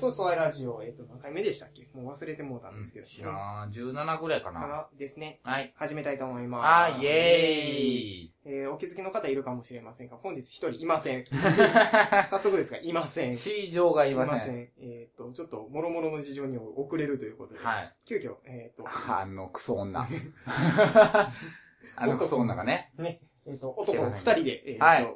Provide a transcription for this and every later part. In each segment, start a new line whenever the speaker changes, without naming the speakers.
と、ソワイラジオ、えっ、と、何回目でしたっけもう忘れてもうたんですけど。
いやー、17ぐらいか
か
な。
らですね。
はい。
始めたいと思います。
あー、イエ
ーイえー、お気づきの方いるかもしれませんが、本日一人いませ ん。
ー
早速ですが、いません。
イ市場がいません。
ん。えっ、と、ちょっと、諸々の事情に遅れるということで、
はい。
急遽、えっ、と、
あの、クソ女。 あのクソ女がね。
ね、えっ、と、男二人で、えっ、と、
はい
ん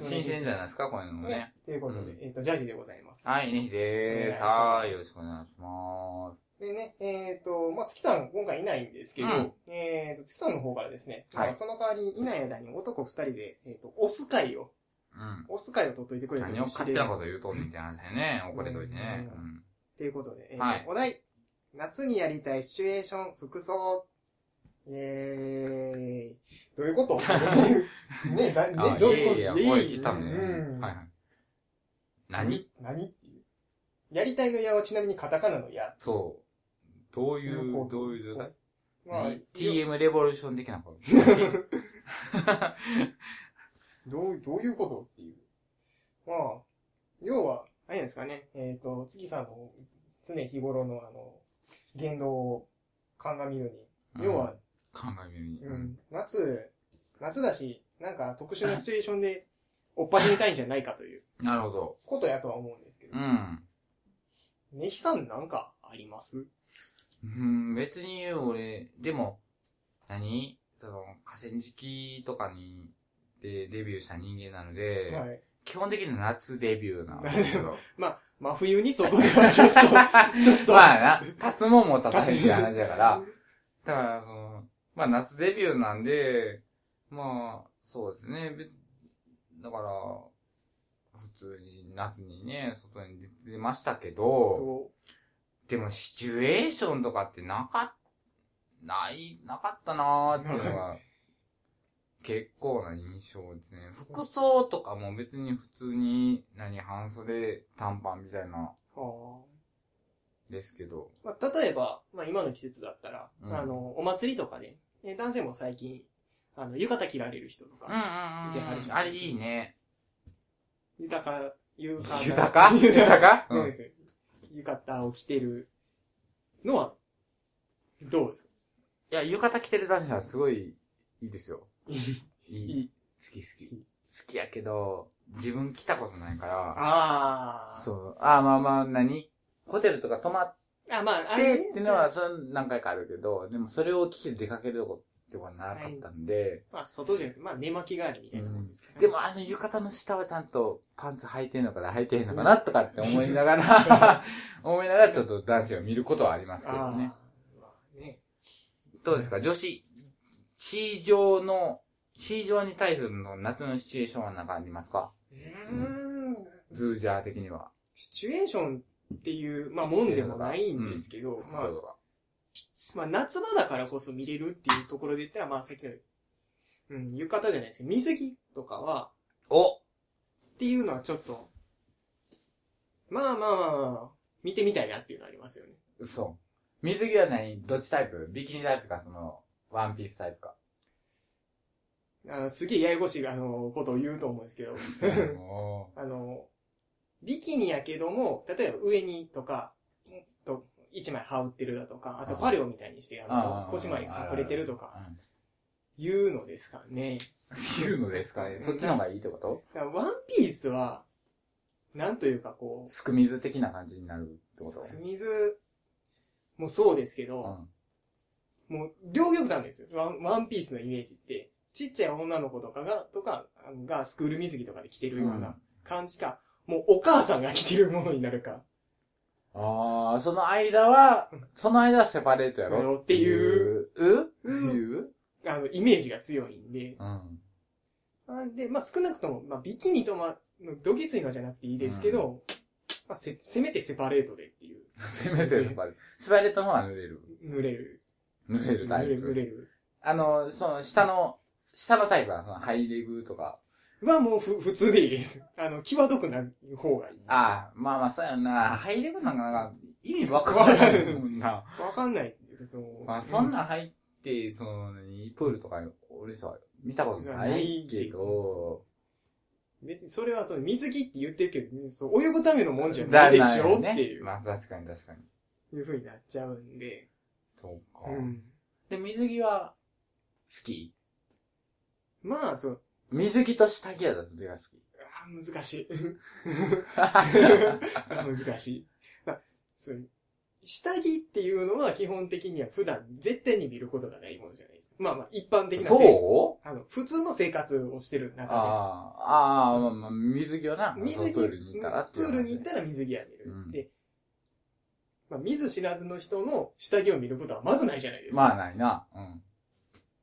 新鮮じゃないですか、こういうのもね
ね。、ということで、
うん
えっ、と、ジャージでございます。
はい、ねひで
お願い
ーす。
します
はーい、よろしくお願いします。
でね、えっ、と、まあ、月さん今回いないんですけど、
うん
えっ、と、月さんの方からですね、
はい
まあその代わり、いない間に男二人で、えっ、と、オス会を、
うん。
オス会を取っといてくれて
何を
もし
勝
れ
手
な。
ないこと言うとんねんって話でね、怒れといてね。
う
うん
ということで、えーと
はい
お題、夏にやりたいシチュエーション、服装。イェーイ。どういうこと ねだ
あ
ね、どう
ー、
いう
い
こ
や
と
いや、
イェーイ
声聞いたね。
うん
はいはい。何
何っていう。やりたいの矢はちなみにカタカナの矢。
そう。どうい
なるほ
う、
ど
どういう状態
まあ、
?TM レボリューション的なこと。
どう、どういうことっていう。まあ、要は、あれですかね、えっ、と、月さんの常日頃のあの、言動を鑑みるに。 要は、
考えみるに。
うん、夏、夏だし、なんか特 殊なシチュエーションで追っ始めたいんじゃないかという
なるほど。
ことやとは思うんですけど
う。ん。
ねひさんなんかあります
うん、別に俺、でも、何その、河川敷とかに、で、デビューした人間なので、
はい。
基本的には夏デビューなんですけど。
まあ、真冬に外で はちょっと、ちょっと。
まあな、立つもんも立たへんって話だから、だから、その、まあ夏デビューなんで、まあ、そうですね。べだから、普通に夏にね、外に出ましたけど、
と
でもシチュエーションとかってなかっ、ない、なかったなーっていうの が、結構な印象ですね。服装とかも別に普通に、何、半袖短パンみたいな、
はあ
ですけど。
まあ、例えば、まあ、今の季節だったら、
うん
あの、お祭りとかで、え男性も最近、あの、浴衣着られる人と
うんうんう
か、
んうん。あれいいね。
豊か、浴衣。
豊か豊か
そう
う
で
ん
す。浴衣を着てるのは、どうですか
いや、浴衣着てる男子はすごいいいですよ。い
いい。
好き好き。好きやけど、自分着たことないから。
ああ。
そう。ああ、まあまあ、何ホテルとか泊まっ
あ、まあ、あ
て
れ
っていうのは、その何回かあるけど、でもそれを着て出かけるとこってことはなかったんで、
まあ、外じゃなくて、まあ、寝巻き代わりみたいなもんですから、
でもあの浴衣の下はちゃんとパンツ履いてんのかな、履いてへんのかなとかって思いなが ら、思いながらちょっと男子を見ることはありますけど
あー
ね。
まあね。
どうですか女子、地上の、地上に対するの夏のシチュエーションは何かありますか
うーん。
ズージャー的には。
シチュエーションっていう、まあ、もんでもないんですけど、まあ、まあ、夏場だからこそ見れるっていうところで言ったら、まあ、さっきの、うん、浴衣じゃないですけど、水着とかは、
お
っていうのはちょっと、まあまあまあまあ、見てみたいなっていうのはありますよね。
嘘。水着は何どっちタイプビキニタイプか、その、ワンピースタイ プか。
あのすげえややこしい、あの、ことを言うと思うんですけど、
お
あの、ビキニやけども、例えば上にとか、と、一枚羽織ってるだとか、あとパレオみたいにして、あの、腰まで隠れてるとか、。いうのですからね。
うん言うのですかね。そっちの方がいいってこと
だからワンピースは、なんというかこう、
すくみず的な感じになるってこと
水もそうですけど、
う
もう両極端ですよワン。ワンピースのイメージって、ちっちゃい女の子とかが、とか、あのがスクール水着とかで着てるような感じか、もうお母さんが着てるものになるか、
ああ、その間は、その間はセパレートやろ。
っていう
う
うん
いう
あの、イメージが強いんで、
うん。
なんで、まあ少なくとも、まあビキニとま、どぎついのじゃなくていいですけど、まあせ、せめてセパレートでっていう、
せめてセパレート。セパレートの方が濡れる。
濡れる。
濡れるタ
濡れ
イ
る、濡
プ。
れる。
あの、その、下の、下のタイプは、そのハイレグとか。
はもうふ、普通でいいです。あの、際どくない方がいい。
ああ、まあまあ、そうやんな。ハイレグなんかなんか、意味わからないも んな。
わかんないけど。その
まあ、そんなん入って、その、プールとか、俺さ、見たことないけど、
別にそれはその水着って言ってるけど、そう泳ぐためのもんじゃないでしょ、っていう、
まあ確かに確かに。
いう風になっちゃうんで。
そうか。
うん。
で、水着は好き
まあ、そう、
水着と下着やったらどっちが好き
あー難しい。
う
難しい。まあ、そう下着っていうのは基本的には普段絶対に見ることがないものじゃないですか。まあまあ、一 般的なせい
そう
あの、普通の生活をしてる
あー
中
あー、まあまあ、水着はな、
で、水着、
プールに行ったらって
プ
いう
ー
話
ルに行ったら水着は見る。
うん
で、まあ、見ず知らずの人の下着を見ることはまずないじゃないですか。
まあないな。うん。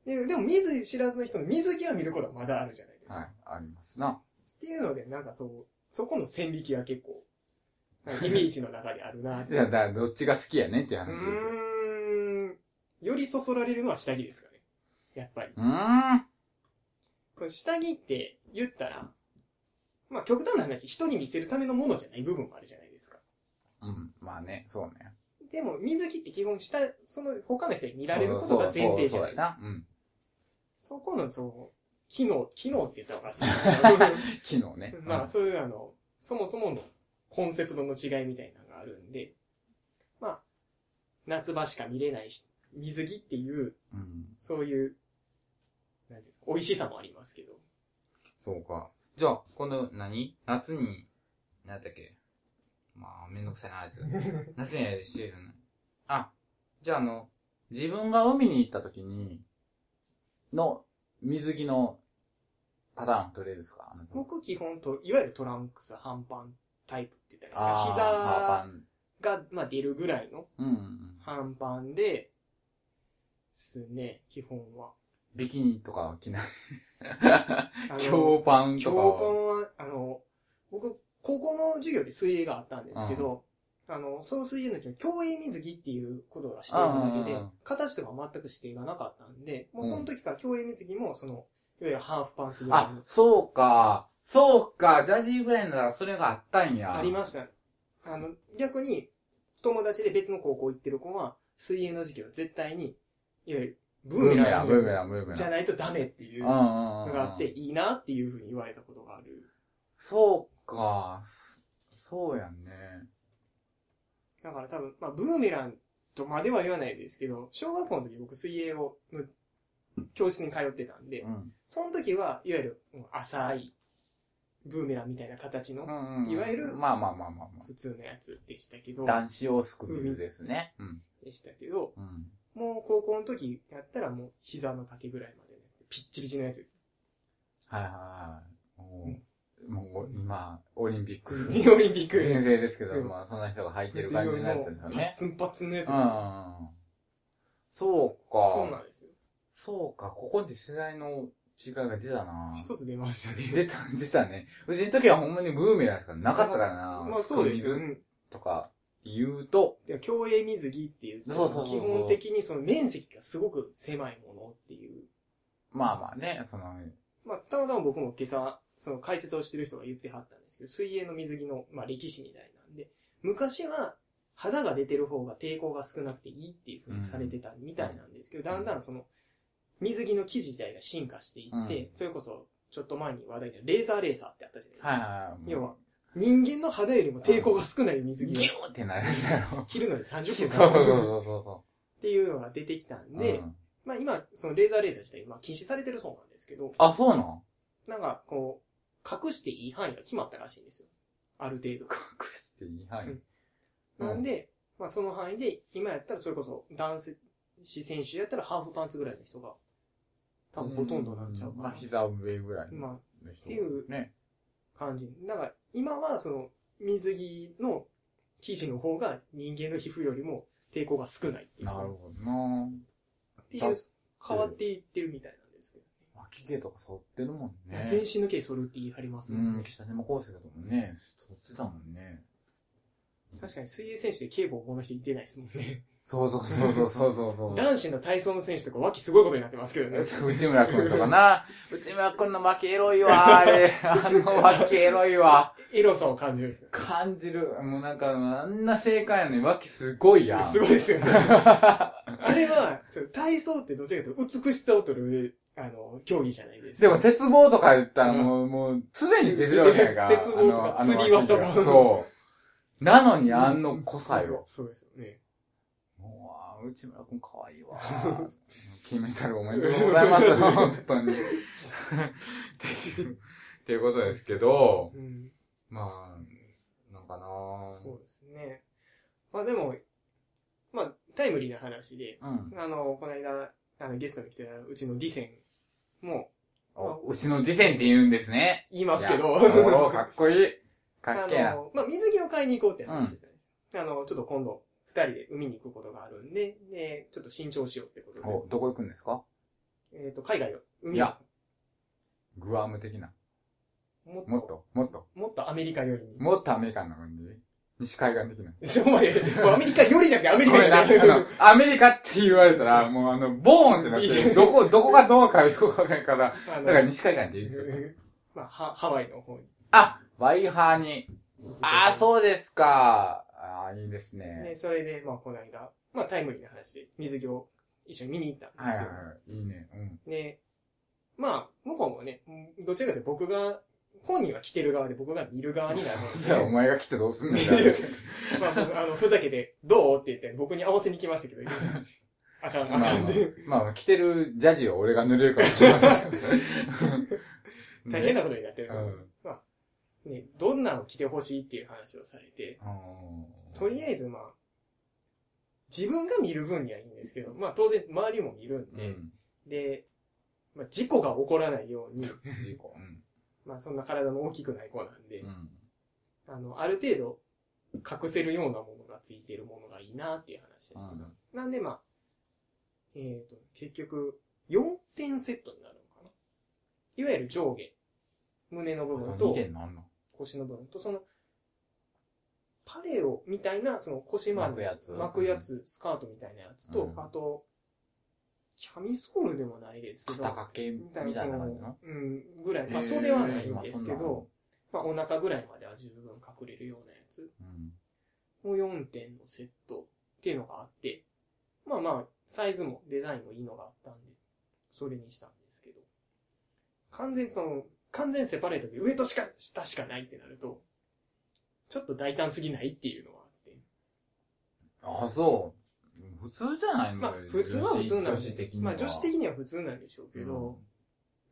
ででも、見ず知らずの人の水着は見ることはまだあるじゃないですか。
はい、ありますな。
っていうので、なんかそう、そこの線引きは結構、なんかイメージの中であるな って
いや、だからどっちが好きやねんっていう
う
話ですよ。
ーん。よりそそられるのは下着ですかね。やっぱり。
うーん。
これ下着って言ったら、まあ極端な話、人に見せるためのものじゃない部分もあるじゃないですか。
うん。まあね、そうね。
でも、水着って基本下、その他の人に見られることが前提じゃ
そうそうそう
な
や
い。
な。うん。
そこの、そう、機能、機能って言ったら分かる。
機能ね。
ま
う
あ
ん
そういうあの、そもそものコンセプトの違いみたいなのがあるんで、まあ、夏場しか見れないし、水着っていう、
うん。
そういう、なんていうんですか、美味しさもありますけ ど。
そうか。じゃあ、この何、夏に、何やったっけまあ、めんどくさいな、あいつ。夏にやるしてるじゃない。あ、じゃああの、自分が海に行った時に、の、水着のパターン取れるですかあなたは
僕基本と、いわゆるトランクス、半パンタイプって言ったらいいです
あ
か
ーパン
膝が、まあ、出るぐらいの
うんうんうん。
半パンで、ですね、基本は。
ビキニとかは 着ない。
あの
強パンと
教
かは。
本は、あの、僕、高校の授業で水泳があったんですけど、あの、その水泳の時に競泳水着っていうことがしているだけ
う
で
んうんうん、
形とか全く指定がなかったんで、もう
うん
その時から競泳水着も、その、いわゆるハーフパンツぐらい
あ、そうか。そうか。ジャージーぐらいならそれがあったんや。
のありました。あの、逆に、友達で別の高校行ってる子は、水泳の授業は絶対に、いわゆるブ
ブ
ー
ー
メ
メラ
ラ
ン、
ン
ブーメラン、ブーメ
じ
ラ
ゃ
ン。
ないとダメっていううん
う
の
んうん。
があって、いいなっていうふうに言われたことがある。
そうか。そそうやんね。
だから多分、まあ、ブーメランとまでは言わないですけど、小学校の時僕水泳を、の教室に通ってたんで、
うん。
その時は、いわゆるうん浅い、ブーメランみたいな形
う
の、
んうん、
いわゆる
まあまあまあまあま
普通のやつでしたけ
あ。
ど、
男子用スクールですね。うん。
でしたけど、
うん。
もう高校の時やったらもう膝の丈ぐらいまで、ね、ピッチピチのやつです。
はいはいはい。もう、もう今、オリンピック。
ディオリンピック。
先生ですけど、
うん
まあそんな人が履い
デ
てる
ィ
感
オリ
じに
ン
な
の
っちゃうんですよ
パッ
ね。
ツンパッツンのやつ。
うんうんうん。そうか。
そうなんですよ。
そうか、ここで世代の違いが出たな
一つ出ましたね。
出た、 出たね。うちの時はほんまにブーメランしかなかったからな。
まあそうですよ。
ス
う
クミズ
ん
とか言うと、
で競泳水着っていうと
そうそうそ
基
う
本的にその面積がすごく狭いものっていう。
まあまあね、その、
まあ、たまたま僕も今朝、その解説をしてる人が言ってはったんですけど、水泳の水着の、まあ、歴史みたいなんで、昔は肌が出てる方が抵抗が少なくていいっていう風にされてたみたいなんですけど、
うん
だんだんその、水着の生地自体が進化していって、
うん
それこそ、ちょっと前に話題のレーザーレーサーってあったじゃないですか。
はいはい。
要は、人間の肌よりも抵抗が少ない水
ギュ
着を
ーってなるんだろ。
着るのに30
そう
分
そうそう
っ
そうそ
ていうのが出てきたん
う。
で、
うん
まあ今、そのレーザーレーザー自体、まあ禁止されてるそうなんですけど、
あ、そうなん
なんかこう、隠していい範囲が決まったらしいんですよ。ある程
隠していい範
う
囲
ん。度。なんで、まあその範囲で、今やったらそれこそ男子選手やったらハーフパンツぐらいの人が、多分ほとんどなんちゃうか
ま
な。
あ膝上ぐらいの
ま
人。
っていう
ね。
あ感じ。だから今はその水着の生地の方が人間の皮膚よりも抵抗が少ないっていう。
なるほどな
っていう、変わっていってるみたいなんですけど。
脇毛とか剃ってるもんね。
全身の毛剃るって言い張ります
う
もん
ん、
ね。
北島康介とかもね、剃ってたもんね。
確かに水泳選手で警棒をこの人いてないですもんね。
そうそうそうそうそうそうそう。
男子の体操の選手とか脇すごいことになってますけどね。
内村くんとかな。内村くんの脇エロいわ、 あれ。あの脇エロいわ。
エロさを感じるんですよ。
感じる。もうなんか、あんな正解やのに脇すごいやん。
すごいですよね。あれは、そう体操ってどちらかというと美しさを取るあの、競技じゃないです
で
か。
も、鉄棒とか言ったらもう、もう、常に出てるわけやから。
鉄鉄棒とか
あの
釣り輪とか
あのそう。なのに、あんの個性を。
そうですよね。
もう、あー内村くんかわいいわ。金メダルおめでとうございま す。本当に。っていうっていうことですけど、
うん。
まあ、なんかな
そうですね。まあでも、まあ、タイムリーな話で、
うん。
あの、この間、あの、ゲストに来てたうちのディセンも
おうちの次戦って言うんですね。
言いますけど、
いやおーかっこいい。か
あ
っけえな。
の、まあ、水着を買いに行こうって話してたんですよ。あの、ちょっと今度、二人で海に行くことがあるんで、で、ちょっと新調しようってこと
お、どこ行くんですか
で、えっと、海外を、海
い
を
や、グアム的な。
もっ
もっ
と、
と、もっと、
もっとアメリカ寄りに。
もっとアメリカンな感じ西海岸的な。
そこまで、もうアメリカよりじゃなくてアメリ
ご
カ
め んな、あ
より
の、アメリカって言われたら、もうあの、ボーンってなっ
いい
て
よ
る、どこ、どこがどうかよくわかんないから、
あ
だ
の
から西海岸って言うんですよ。
まあ、ハハワイの方に。
あワイハーに。ああ、そうですか。ああ、いいですね。
ね、それで、まあ、この間、まあ、タイムリーな話で水着を一緒に見に行ったん
は
で
い
す
は
け
い
ど、
はい。いいね。うん。
で、まあ、向こうもね、どちらかというと僕が、本人は着てる側で僕が見る側になるの
じゃあ、お
で、
前が来てどうすんねん。
まあ、僕あの、ふざけて、どうって言って僕に合わせに来ましたけ ど、あかん、
ま
あ
あまあ
かんで、、
まあ、着てるジャージを俺が濡れるかもしれませんけど。
大変
だ。
なことになってる
う
から
ん。
ね、どんなの着てほしいっていう話をされて、
うん
とりあえずまあ、自分が見る分にはいいんですけど、まあ当然周りも見るんで、
うん。
で、まあ事故が起こらないように、
いい子うん。
まあそんな体の大きくない子なんで、
うん。
あの、ある程度隠せるようなものがついてるものがいいなっていう話でした。
うん
なんでまあ、えっ、と、結局、4点セットになるのかな。いわゆる上下、胸の部分
何
と
点なんの
腰の部分と、その、パレオみたいな、その腰ま
巻く
で
やつ
巻くやつ、スカートみたいなやつと、
うん
あと、キャミソールでもないですけど、
肩掛けみたいな
その
感じの
うん、ぐらい、まあ、
へー
袖はないんですけ
まあそんなの
ど、まあ、お腹ぐらいまでは十分隠れるようなやつ
うん。
もう4点のセットっていうのがあって、まあまあ、サイズもデザインもいいのがあったんで、それにしたんですけど、完全にその、完全セパレートで上としか、下しかないってなると、ちょっと大胆すぎないっていうのはあって、
あ、そう。普通じゃないの
まあ、普通は普通なん
女子的
で、
には。
まあ、女子的には普通なんでしょうけど、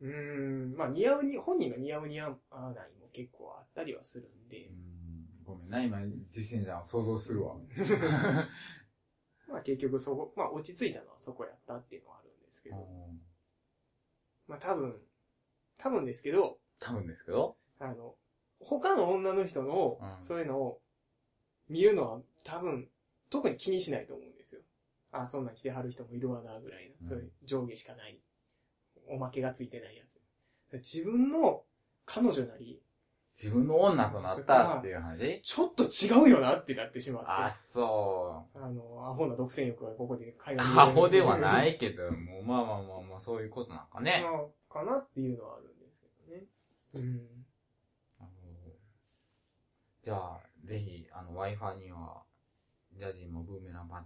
うーん、まあ、似合うに、本人の似合う似合わないも結構あったりはするん
う
で、
ん。ごめんな、今、実践じゃん。想像するわ。
まあ、結局そこ、まあ、落ち着いたのはそこやったっていうのはあるんですけど、
うん
まあ多分、多分ですけど、
多分ですけど。
あの、他の女の人の
う、ん
そういうのを見るのは多分、特に気にしないと思うんですよ。あ、そんなん着てはる人もいるわな、ぐらいな。
うん
そういう上下しかない。おまけがついてないやつ。自分の彼女なり、
自分の女となったっていう話
ちょっと違うよなってなってしまって。
あ、
あ
そ
の、アホな独占欲がここで海
う。
外。
アホではないいけど、もう、まあまあまあまあ、そういうことなんかね。
まあかなっていうのはあるんですけどね。うん。
あのじゃあ、ぜひ、あの、Wi-Fi には、ジャジーもブーメランパン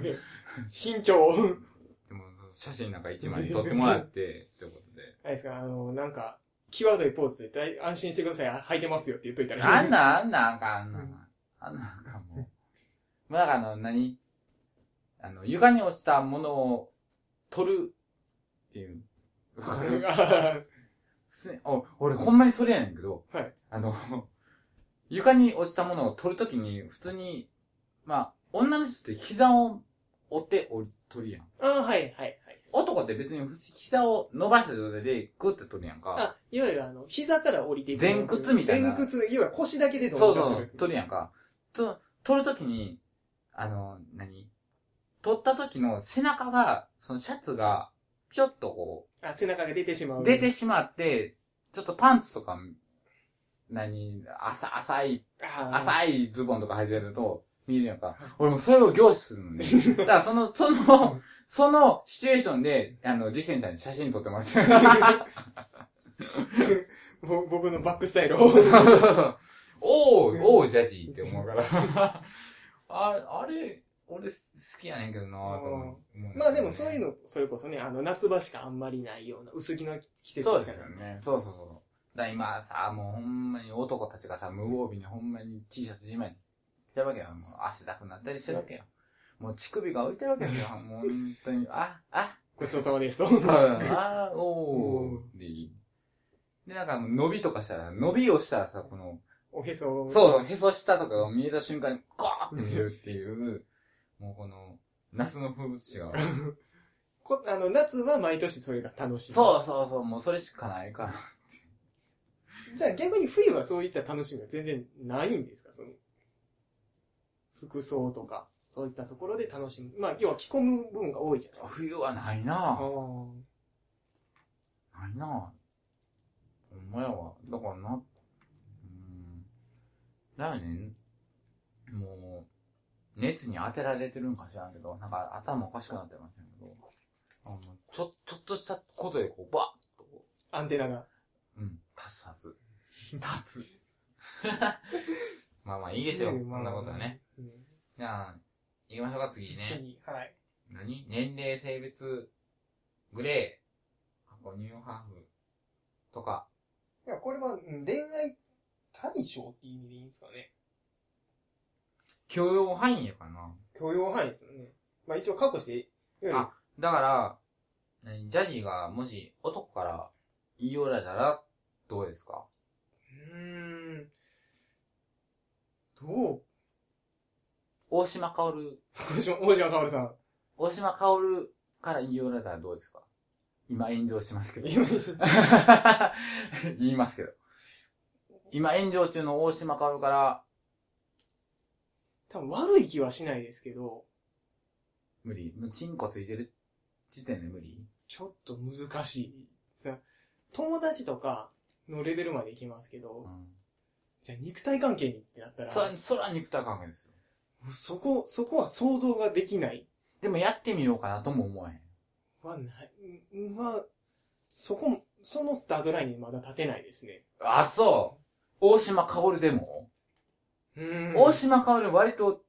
で。
身長。
でも、写真なんか一枚撮ってもらって、ってことで。
あれですか、あの、なんか、際どいポーズで大、安心してください、履いてますよって言っといたら
あ
いい で
ん
す。
な、あんな、あかん、あんな。あんな、あかん、もう。もうなんかあの、何あの、床に落ちたものを取るっていう。わかるすねお俺ほんまにそれやねんけど、
はい
あの、床に落ちたものを取るときに、普通に、まあ、女の人って膝を折って折取るやん。
ああ、はい、はい、はい。
男って別にふ膝を伸ばした状態でグッて取るやんか。
あ、いわゆるあの、膝から降りていく。
前屈みたいな
前屈、いわゆる腰だけでど
そう
うかす
そう
る、。
取るやんか。と、取るときに、あの、何取ったときの背中が、そのシャツが、ぴょっとこ
あ、背中が出てしま
う、
う。
出てしまって、ちょっとパンツとか、何、浅、浅い、
あ
浅いズボンとか履いてると、見えるやんか。俺もそれを凝視するのね。 だからその、その、そのシチュエーションで、あの、ディセンちゃんに写真撮ってもらって。そう
あ、ぼ僕のバックスタイルを。うん
そうそう。おう、おう、ジャジーって思うから。あれ、あれ、俺好きやねんけどなぁと思う、
まあでもそういうの、それこそね、あの、夏場しかあんまりないような薄着の季節しか
そ
な
う
い。
ですよね。そうそうそう。だから今さ、もうほんまに男たちがさ、無防備にほんまに T シャツ自慢に着てるわけよ。もう汗だくなったりしてるわけよ。もう乳首が浮いてるわけですよ。 もう本当に、あ、あ、
ごちそうさまですと。
あ、おー。でいい。で、なんかもう伸びとかしたら、伸びをしたらさ、この、
おへそを。
そう、へそ下とかが見えた瞬間に、ゴーって見えるっていう、もうこの、夏の風物詩が。
こあの、夏は毎年それが楽しみ。
そうそうそう、もうそれしかないから。
う。じゃあ逆に冬はそういった楽しみが全然ないんですかその、服装とか、そういったところで楽しむ。まあ、要は着込む分が多いじゃない
冬はないな
あ
ぁ。
ー
ないなぁ。ほんまやわ。だからな、うん。だよね、もう、熱に当てられてるんか知らんけど、なんか頭おかしくなってませんけど、あのちょ、ちょっとしたことでこう、ばっとこ
アンテナが。
う、うん、立つはず。 立つ。 まあまあいいですよ、こ
ね
んなことはね。。
まあうん
じゃあ、行きましょうか、次ね。
次、はい。
何年齢、性別、グレー、過去ニューハーフ、とか、
いや、これはうん恋愛対象っていう意味でいいんですかね。
許容範囲やからな。
許容範囲ですよね。まあ一応確保して、いわゆる
あだから、何ジャジーがもし男から言い寄られたら、どうですか
うーん。どう
大島かおる、
大島、大島かおるさん。
大島かおるから言い寄られたらどうですか今炎上してますけど。
今一緒
言いますけど。今炎上中の大島かおるから、
多分悪い気はしないですけど、
無理。もうチンコついてる時点で無理。
ちょっと難しい。さ友達とかのレベルまでいきますけ
う
ど、
ん。
じゃあ肉体関係にってなったら、
そら、そら肉体関係ですよ。
そこ、そこは想像ができない。
でもやってみようかなとも思わへん。
はない、うんは、そこ、そのスタートラインにまだ立てないですね。
あ、そう。大島かおるでも
うーん
大島かおる割と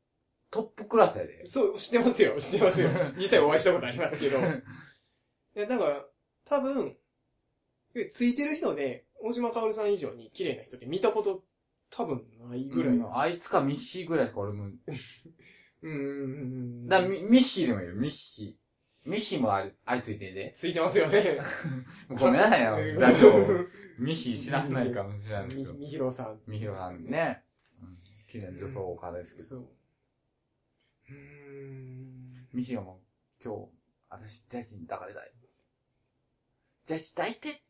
トップクラスやで。
そう、知ってますよ、知ってますよ。実際お会いしたことありますけ ど。いや、だから、多分、ついてる人で、大島かおるさん以上に綺麗な人って見たこと多分ないぐらい。
うんあいつかミッシーぐらいしか俺も。
うんうんうんうん。
だミミッシーでもいいよ、ミッシー。ミッシーもあれ、あれついてんで。
ついてますよ ね。
ごめんなさい よ、ラジオ。ミッシー知らないかもしれないけ
み
ど。
みひろさん。
みひろさん。ね。うん綺麗な女装家ですけど。
そう。うーん。
ミヒロも今日、私、ジャジに抱かれたい。ジャジ抱いて、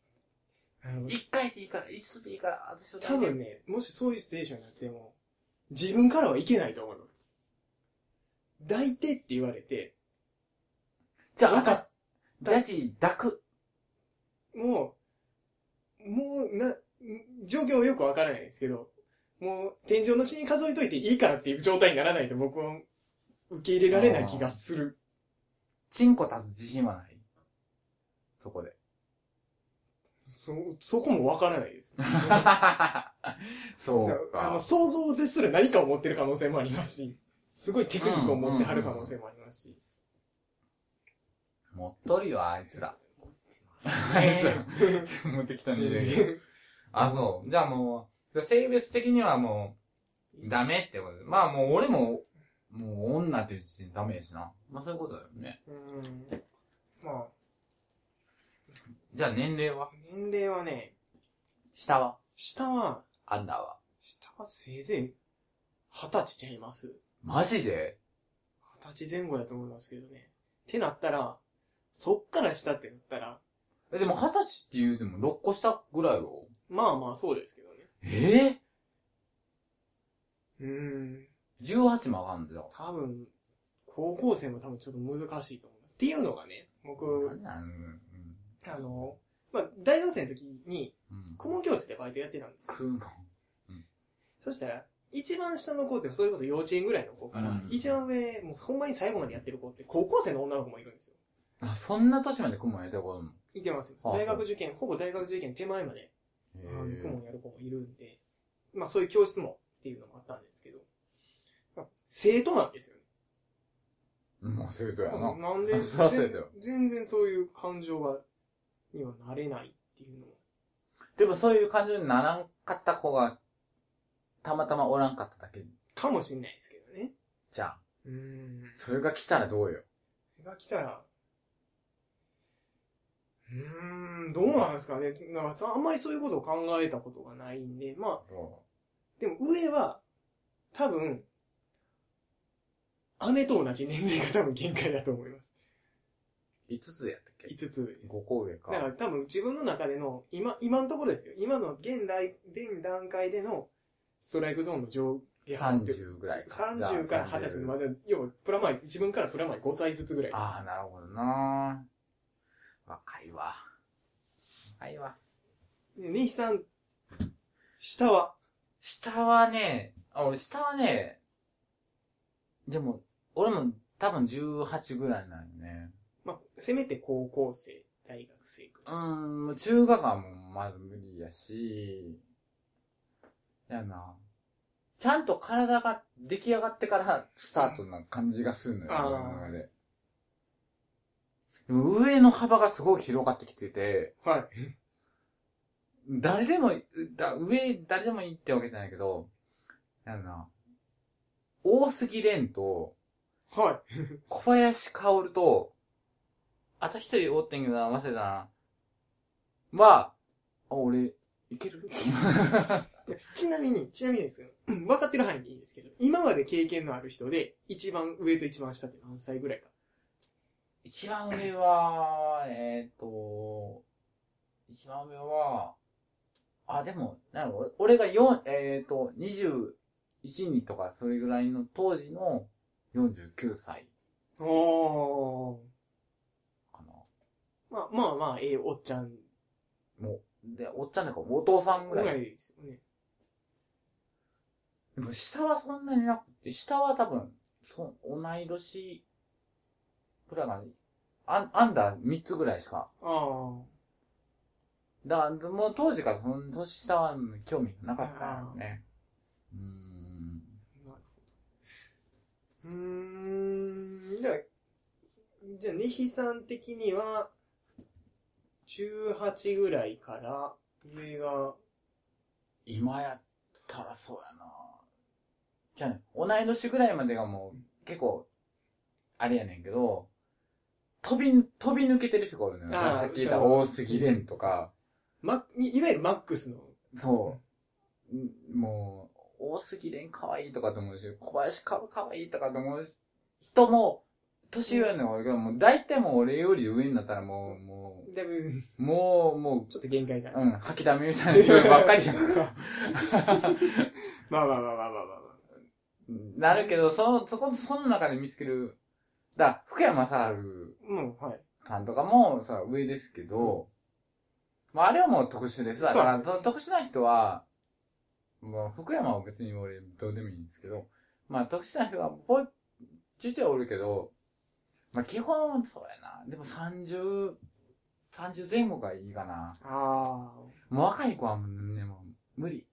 あの
一回でいいから、一度でいいから、私を
多
抱いて。
分ね、もしそういうシチュエーションになっても、自分からはいけないと思うの。抱いてって言われて、
じゃあ、私、ジャジ抱く。
もう、もう、な、ん状況はよくわからないですけど、もう、天井の死に数えといていいからっていう状態にならないと僕は受け入れられない気がする。
チンコ立つ自信はない。そこで。
そ、そこもわからない です。
そう
あの、
か。
想像を絶する何かを持ってる可能性もありますし、すごいテクニックを持ってはる可能性もありますし。
持っとるよ、あいつら。 持ってきたあ、そう。じゃあもう、性別的にはもう、ダメってことで。まあもう俺も、もう女っていう時点でダメやしな。まあそういうことだよね。
うんまあ、
じゃあ年齢は
年齢はね、
下は
下は、
アンダーは
下はせいぜい、二十歳ちゃいます。
マジで
二十歳前後だと思いますけどね。ってなったら、そっから下ってなったら、
え、でも二十歳っていうでも6個下ぐらいよ。
まあまあそうですけどね。
え
うーん。
ぇ、?18 も上がんだよ。
多分、高校生も多分ちょっと難しいと思います。っていうのがね、僕、
なんなんうん
あの、まあ、大学生の時に、
うん。
顧問教室でバイトやってたんですよ。
くんか。
そしたら、一番下の子って、それこそ幼稚園ぐらいの子から、
うん
一番上、もうほんまに最後までやってる子って、高校生の女の子もいるんですよ。
あ、そんな年までくんもやったことも。
いてますよ。
ああ
大学受験、ほぼ大学受験手前まで、
へ
あの、
ー
顧問やる子もいるんで、まあそういう教室もっていうのもあったんですけど、まあ生徒なんですよね。
まあ、そういうことやな。
なんで、
そうそうだよ
全全然そういう感情が、にはなれないっていうのも。
でもそういう感情にならんかった子が、たまたまおらんかっただけ
かもしれないですけどね。
じゃん。
うーん。
それが来たらどうよ。
それが来たら、うーん、どうなんですかね。なんかさあんまりそういうことを考えたことがないんで、まあ、でも上は、多分、姉と同じ年齢が多分限界だと思います。
5つやったっけ
5つ上です。
?5 個上
だから
か。
多分自分の中での、今、今のところですよ。今の現代、現段階でのストライクゾーンの上下半って
30ぐらいか。
30から20歳まで、要はプラマイ、自分からプラマイ5歳ずつぐらい。
ああ、なるほどな若いわ。若いわ。
でネヒさん、下は、
下はね、あ、俺下はね、でも、俺も多分18ぐらいなんよね。
まあ、せめて高校生、大学生く
う
らい。
ーん、中学はもうまだ無理やし、やな。ちゃんと体が出来上がってからスタートな感じがするのよ、
あー
俺の中で。でも上の幅がすごい広がってきてて、
はい。
誰でも、だ上、誰でもいいってわけじゃないけど、なんだろうな。大杉蓮と、
は
小林薫と、あと一人おってんけどな、忘れたな。は、あ、俺、いける
いや。ちなみに、ちなみにですけど、うん分かってる範囲でいいんですけど、今まで経験のある人で、一番上と一番下って何歳ぐらいか。
一番上は、えっ、と、一番上は、あ、でも、なんか俺俺が4、えっ、と、21人とかそれぐらいの当時の49歳
おー。
かな。
まあまあまあ、ええおっちゃん
もう、で、おっちゃんだからお父さんぐ
ぐ
らい。
らいですよね。
でも下はそんなになくて、下は多分、そ同い年、くらいが、あアンダー3つぐらいしか。
あ
だから、もう当時からその年下は興味がなかったよね。うーん。
あ。なるほど。うーん、じゃあ、じゃあ、ネヒさん的には、18ぐらいから、上が、
今やったらそうやなじゃあね、同い年ぐらいまでがもう、結構、あれやねんけど、飛び、飛び抜けてる人がおるのよ。
あー
さっき言った大杉蓮とか、
ま、いいわゆるマックスの、
そう。んもう、大杉蓮可愛いとかと思うし、小林か可愛いとかと思うし人も、年上の俺が、もう大体もう俺より上になったらもう、も
だいぶ、
う、もう、も
ちょっと限界があ
う、
る。
うん、吐きだめみたいな人ばっかりや んか。
まあまあまあまあまあまあま
なるけど、その、そこ、その中で見つける、だから福山雅治
あ。うん、はい。
さんとかも、さ、上ですけど、まあ、あれはもう特殊ですわ。
そう
だから、その特殊な人は、まあ、福山は別に俺、どうでもいいんですけど、まあ、特殊な人が、ぽい、ちょいちょいおるけど、まあ、基本、そうやな。でも、30、30前後がいいかな。
ああ。
もう若い子は、ね、もう、無理。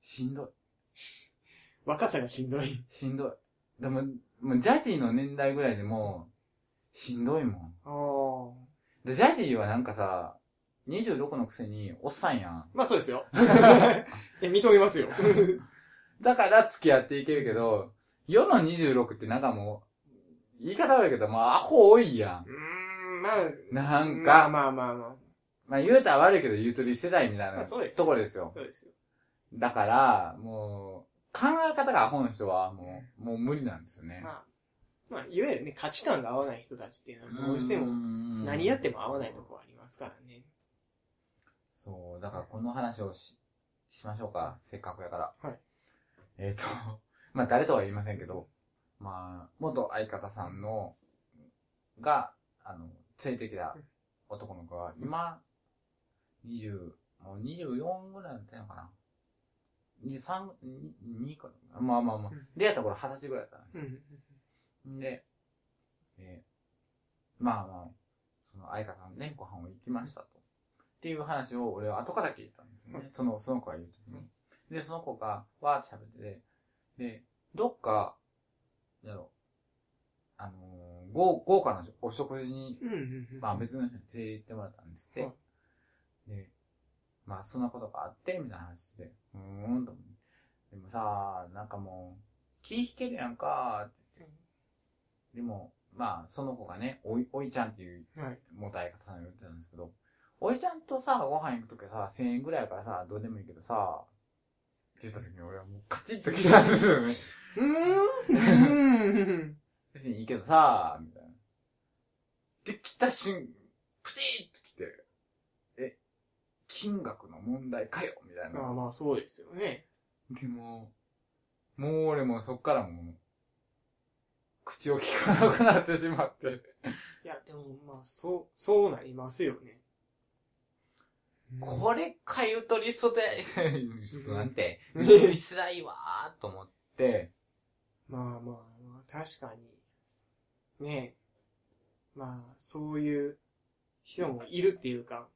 しんどい。
若さがしんどい。
しんどい。でも、もう、ジャジーの年代ぐらいでもう、しんどいもん。
ああ。
で、ジャジーはなんかさ、26のくせに、おっさんやん。
まあそうですよ。いや、認めますよ。
だから付き合っていけるけど、世の26ってなんかもう、言い方悪いけど、まあ、アホ多いや
うーん、まあ、
ん。なん
まあ
か、
まあまあまあ。
まあ言うたら悪いけど、ゆとり世代みたい
ま
な
あそうです
とこですよ。
そうですよ。
だから、もう、考え方がアホの人は、もう、もう無理なんですよね。
まあ、まあ、いわゆるね、価値観が合わない人たちっていうのはどうしても、
も
何やっても合わないとこはありますからね。
そう、だからこの話をし、しましょうか。せっかくやから。
はい。
えっ、と、 まあ誰とは言いませんけど、まあ、元相方さんの、が、あの、連れてきた男の子が、今、20、もう24ぐらいだったのかな。23、2かな。まあまあまあ
うん。
出会った頃20歳ぐらいだったんです
う
よ
ん。
で、えーまあまあ、その相方のね、ご飯を行きましたと。っていう話を俺は後から聞いたんですよね。その、その子が言うときに。で、その子がわーって喋ってて、で、どっか、なんやろ、あのー豪、豪華なお食事に、
うんうんうん。
まあ別の人に連れて行ってもらったんですって。
はい
で、まあそんなことがあって、みたいな話で、うーんと思って。でもさ、なんかもう、気引けるやんかって言ってでも、まあその子がね、おい、おいちゃんっていう
はい。
もたえ方の言ってたんですけど、おいちゃんとさ、ご飯行くときはさ、1000円ぐらいやからさ、どうでもいいけどさ、って言ったときに俺はもうカチッと来たんですよね。
うーん。
別にいいけどさ、みたいな。で、来た瞬、プチッと来て、え、金額の問題かよみたい
まあ
な。
まあ、そうですよね。
でも、もう俺もそっからもう、口を聞かなくなってしまって。
いや、でもまあ、そう、そうなりますよね。
これかゆとり そで、なんて、
うん
見づらいわーと思って、
まあまあまあ、確かに。ねえ。まあ、そういう人もいるっていうか、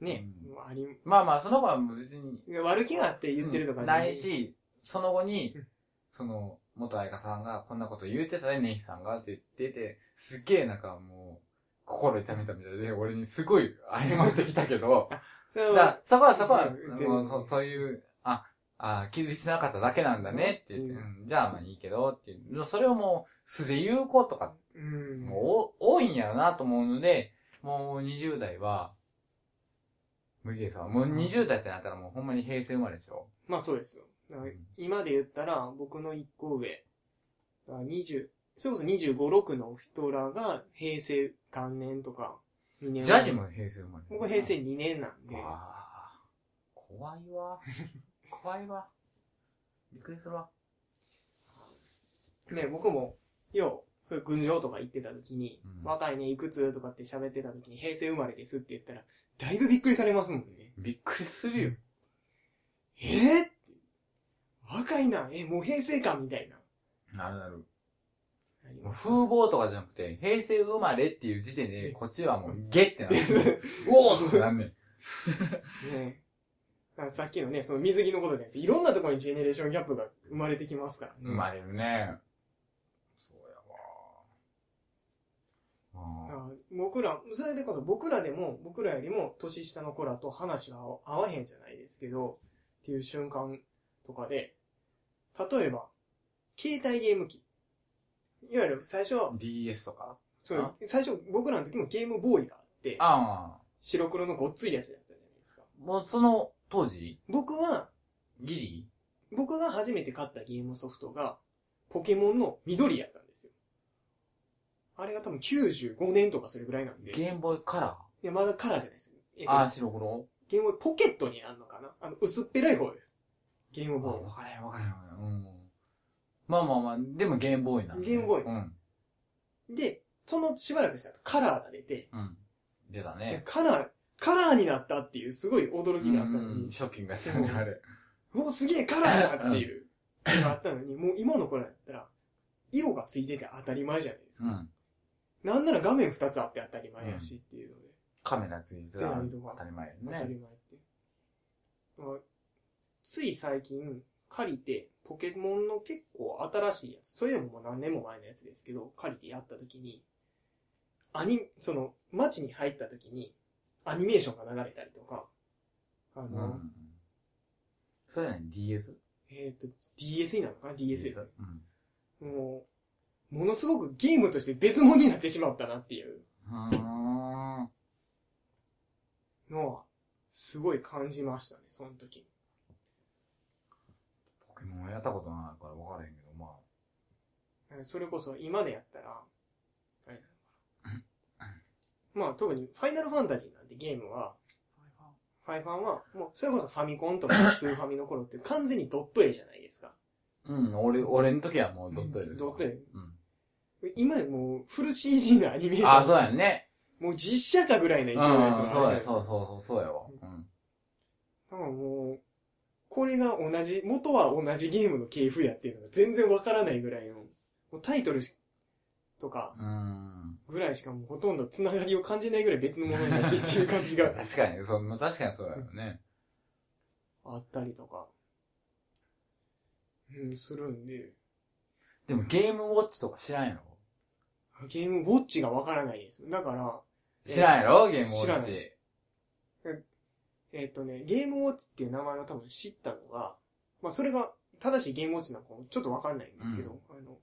ねえ、
う
もうあり、
まあまあその子はもう別に、
悪気があって言ってるとか
うん
じゃ
ない。し、その後に
うん、
その、元相方さんがこんなこと言うてたね、ネヒさんがって言ってて、すっげえなんかもう、心痛めたみたいで、俺にすごい謝ってきたけ ど、
それ
だ
は
からそこはそこは、
うんうん
もうそそういう、あ、あ気づいてなかっただけなんだねって言って、
う
うんじゃあまあいいけどっていうでもそれをもう素で言う子とか、
うん。
もうお多いんやろなと思うので、もう20代は、無理ですわ。もう20代ってなったらもうほんまに平成生まれでしょ。
まあそうですよ。だから今で言ったら、僕の一個上、だから20、それこそ25、6の人らが平成元年とか、2年
ジャジも平成生まれ。
僕平成。2年なんで、
ああ。怖い わ。怖いわ。びっくりするわ。
ね、僕も、よう、それ軍場とか行ってた時に、
うん
若いね、いくつとかって喋ってた時に、平成生まれですって言ったら、だいぶびっくりされますもんね。
びっくりするよ。
えー、って若いな、え、もう平成かみたいな。
なるなる。
なり
もう
ます
風貌とかじゃなくて、平成生まれっていう時点で、こっちはもうゲってなる。 うおーってなんねん。
ねだからさっきのね、その水着のことじゃないです。いろんなところにジェネレーションギャップが生まれてきますからね。
生まれるね。そうやわ。
あ
あ
僕ら、それでこそ僕らでも、僕らよりも年下の子らと話が合わへんじゃないですけど、っていう瞬間とかで、例えば、携帯ゲーム機。いわゆる最初は
あ。、DS とか
そう、最初僕らの時もゲームボーイがあって、
ああ。
白黒のごっついやつだったじゃないですか。
もうその当時、
僕は、
ギリ
僕が初めて買ったゲームソフトが、ポケモンの緑やったんですよ。あれが多分95年とかそれぐらいなんで、い
ゲームボーイカラ
や、まだカラーじゃないですよ。えっ
ー
と
ああ、白黒
ゲームボーイポケットにあんのかなあの、薄っぺらい方です。ゲーム
あ
ボーイ
わ
は。
からへんわからへんわからへん。うん。まあまあまあ、でもゲームボーイなんで
ゲームボーイ
うん。
で、そのしばらくした後カラーが出て、
うん。出たね。
カラー、カラーになったっていうすごい驚
う
き
ん
があったの
うん
に、
ショッキングやったね、あれ。
うお、すげえカラーだって いうのがあったのに、もう今の頃だったら、色がついてて当たり前じゃないです
う
か。
ん。
なんなら画面2つあって当たり前やしっていうので、
カメラついてたら
手紙とか
当たり前や
当た
ね。
り前って。まあつい最近、借りて、ポケモンの結構新しいやつ、それでももう何年も前のやつですけど、借りてやった時に、アニ、その、街に入った時に、アニメーションが流れたりとか、あ
う
の、
ん。それはね、DS?
えっ、と、DS になるのかな ?DS ですね。
うん。
もう、ものすごくゲームとして別物になってしまったなっていう
うーん。
のは、すごい感じましたね、その時。
ポケモンやったことないから分からへんけど、まあ。
それこそ今でやったら、あれなのかなまあ特にファイナルファンタジーなんてゲームは、ファイファンは、もうそれこそファミコンとかスーファミの頃って完全にドット絵じゃないですか。
うん、俺、俺の時はもうドット絵ですわ。
ドット絵
う
今やもうフル CG のアニメーシ
ん。ああ、
ョ
そうやね。
ン。もう実写化ぐらいの勢い
うん、
のやつもあるじゃ
そう
ない
や、
ですか。
そうそうそう、そうやわ。うん。
だからもう、これが同じ、元は同じゲームの系譜やっていうのが全然わからないぐらいの、もうタイトルしとか
うん。
ぐらいしかもうほとんどつながりを感じないぐらい別のものになっていってる感じ が。
確かに、そう、まあ確かにそうやよね。
あったりとか、うん、するんで、
でもゲームウォッチとか知らんやろ
ゲームウォッチがわからないです。だから、
知らんやろゲームウ
知ら
ォッ
ない
チ
で。えっとね、ゲームウォッチっていう名前を多分知ったのが、まあそれが正しいゲームウォッチなのかもちょっとわかんないんですけど、あの、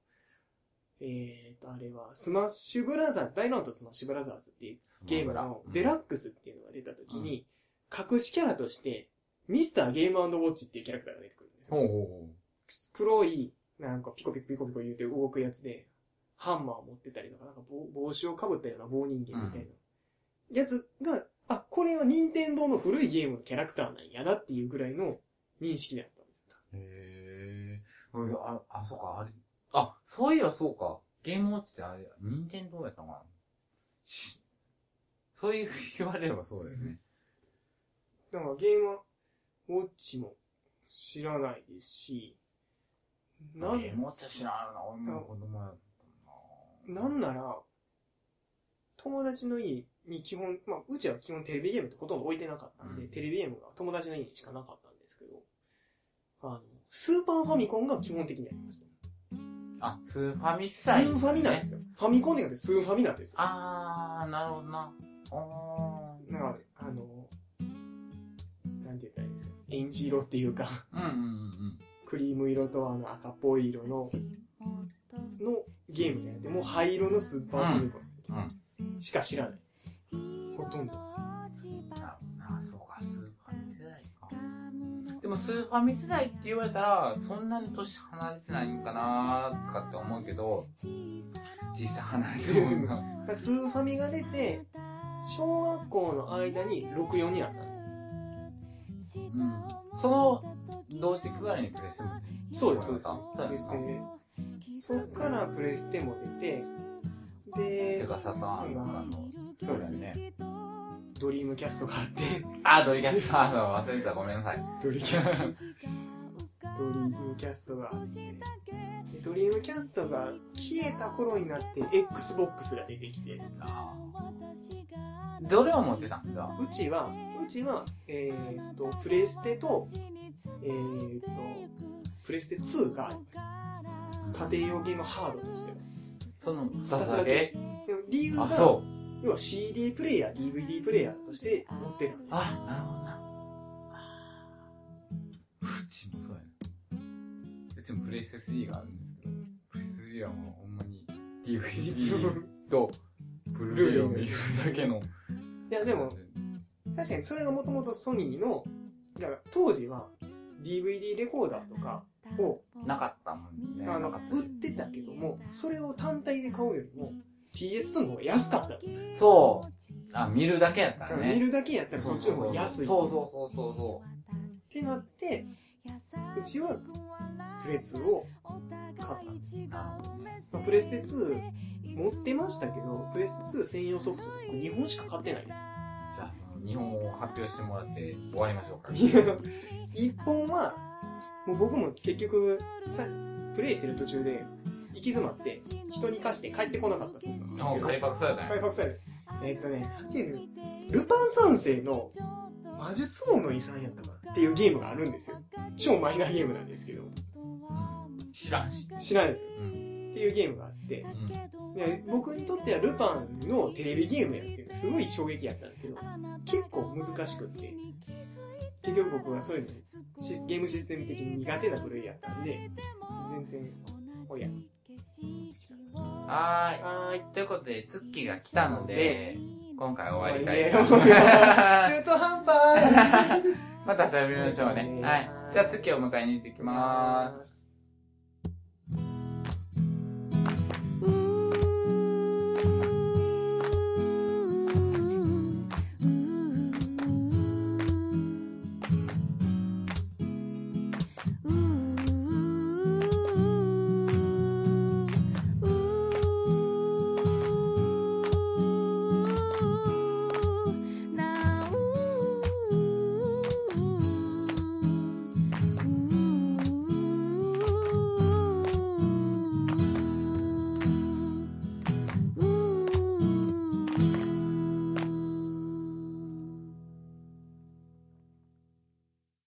えっと、あれは、スマッシュブラザーズ、ダイナートスマッシュブラザーズっていうゲームのデラックスっていうのが出た時に、隠しキャラとして、ミスターゲームウォッチっていうキャラクターが出てくるんですよ。
ほうほうほう。
黒い、なんかピコピコピコピコ言うて動くやつで、ハンマーを持ってたりとか、なんか帽帽子をかぶったような棒人間みたいな。やつが、あ、これは任天堂の古いゲームのキャラクターなんやなっていうぐらいの認識だったんですよ。
へえ。うんあ、あ、そうか、あれ。あ、そういえばそうか。ゲームウォッチってあれ、任天堂やったのかなしそういう言われればそうだよね。
だからゲームはウォッチも知らないですし、
ゲ
なん
ームウォッチは知らんよな、女の子供やったもんな。
なんなら、友達の家に基本、まあ、うちは基本テレビゲームってほとんど置いてなかったんで、
うん
テレビゲームが友達の家にしかなかったんですけど、あの、スーパーファミコンが基本的にありました。
あ、スーファミス
ス
タイル、
ーファミなんですよ。ファミコンでなくてスーファミなんですよ。
あー、なるほどな。あー。
なんか、あの、なんて言ったらいいんですか。エンジ色っていうか、
うんうんうん
クリーム色とあの赤っぽい色の、のゲームじゃなくて、もう灰色のスーパーファミコ
うん。うん。
ンしか知らないです。ほとんど。
なるほどな、そうか、スーファミ世代か。でもスーファミ世代って言われたら、そんなに年離れてないんかなーとかって思うけど、実際離れてるもんな。
スーファミが出て、小学校の間に64になったんですよ。
うん。その、同時期ぐらいにプレステも。
そうです、そうで
そう
す。
で
ですす
か。
ね。そっからプレステも出て、
セ
で、
ガサターンとかの。
そうです
ね。
ドリームキャストがあって、
あ、ドリキャスターの忘れてた、ごめんなさい。
ドリキャスト、ドリームキャストがあって、でドリームキャストが消えた頃になって、Xbox が出てきて、う
あーどれを持ってたんじゃあ
ちは、うちは、えーっと、プレステと、えーっと、プレステ2がありました。家庭用ゲームハードとしては。
その二つだけ
でも理由
あ、
が、
そう。
要は CD プレイヤー、DVD プレイヤーとして持ってたんです。
あ、なるほどな。あーうちもそうやね。うちもプレイステ3があるんですけど、プレイステ3はもうほんまに DVD とブルーレイを見るだけの。
いや、でも、確かにそれがもともとソニーの、だから当時は DVD レコーダーとかを、
なかったもんね。
あの
なかっ、た
売ってたけども、それを単体で買うよりも、PS2 の方が安かったんですよ。
そう。あ、見るだけやった
だ
ら
から
ね。
見るだけやったらそっちの方が安い。
そう
っ
そうそうそうそ
てなって、うちはプレ2を買ったんです。
う。なるほどね。
まあプレステ2持ってましたけど、プレステ2専用ソフトって僕日本しか買ってないんですよ。
じゃあ、その日本語を発表してもらって終わりましょうか。
いや一本は、もう僕も結局、さ、プレイしてる途中で、行き詰まって、人に貸して帰ってこなかったそうなんですけ
もう
ど、
開
開
爆されたね。
発される。えっとね、なんていうルパン三世の魔術王の遺産やったかなっていうゲームがあるんですよ。超マイナーゲームなんですけど、
うん知らんし。
知らないです
う
っていうゲームがあって、
うん
で僕にとってはルパンのテレビゲームやっていうのすごい衝撃やったんですけど、結構難しくって、結局僕はそういうのシスゲームシステム的に苦手な部類やったんで、全然、おや。
はーい。
はーい。
ということで、ツッキーが来たので、今回終わりたい
ね
と
も
思
う
い
中
ます。
途半端
また喋りましょうね。はい。じゃあ、ツッキーを迎えに行ってきまーす。
す。